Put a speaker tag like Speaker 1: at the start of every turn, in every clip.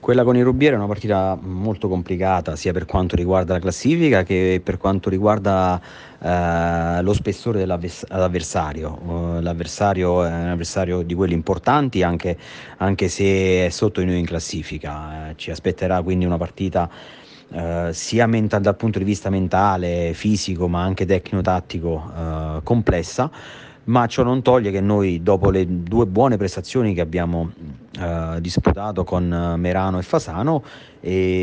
Speaker 1: Quella con i Rubieri è una partita molto complicata, sia per quanto riguarda la classifica che per quanto riguarda eh, lo spessore dell'avversario. Uh, l'avversario è un avversario di quelli importanti, anche, anche se è sotto di noi in classifica. Eh, ci aspetterà quindi una partita. Eh, sia menta- dal punto di vista mentale, fisico, ma anche tecnico-tattico complessa, ma ciò non toglie che noi dopo le due buone prestazioni che abbiamo eh, disputato con eh, Merano e Fasano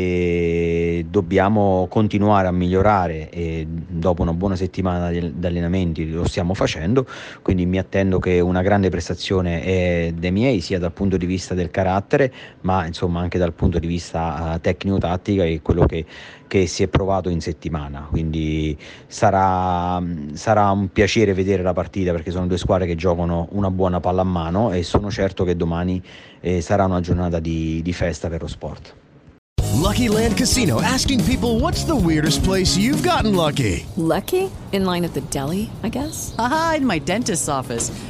Speaker 1: e dobbiamo continuare a migliorare e dopo una buona settimana di, di allenamenti lo stiamo facendo quindi mi attendo che una grande prestazione è dei miei sia dal punto di vista del carattere ma insomma anche dal punto di vista uh, tecnico-tattica e quello che, che, si è provato in settimana quindi sarà, mm, sarà un piacere vedere la partita perché sono due squadre che giocano una buona pallamano e sono certo che domani eh, sarà una giornata di, di festa per lo sport
Speaker 2: Lucky Land Casino asking people what's the weirdest place you've gotten lucky?
Speaker 3: Lucky? In line at the deli, I guess?
Speaker 4: Aha, in my dentist's office.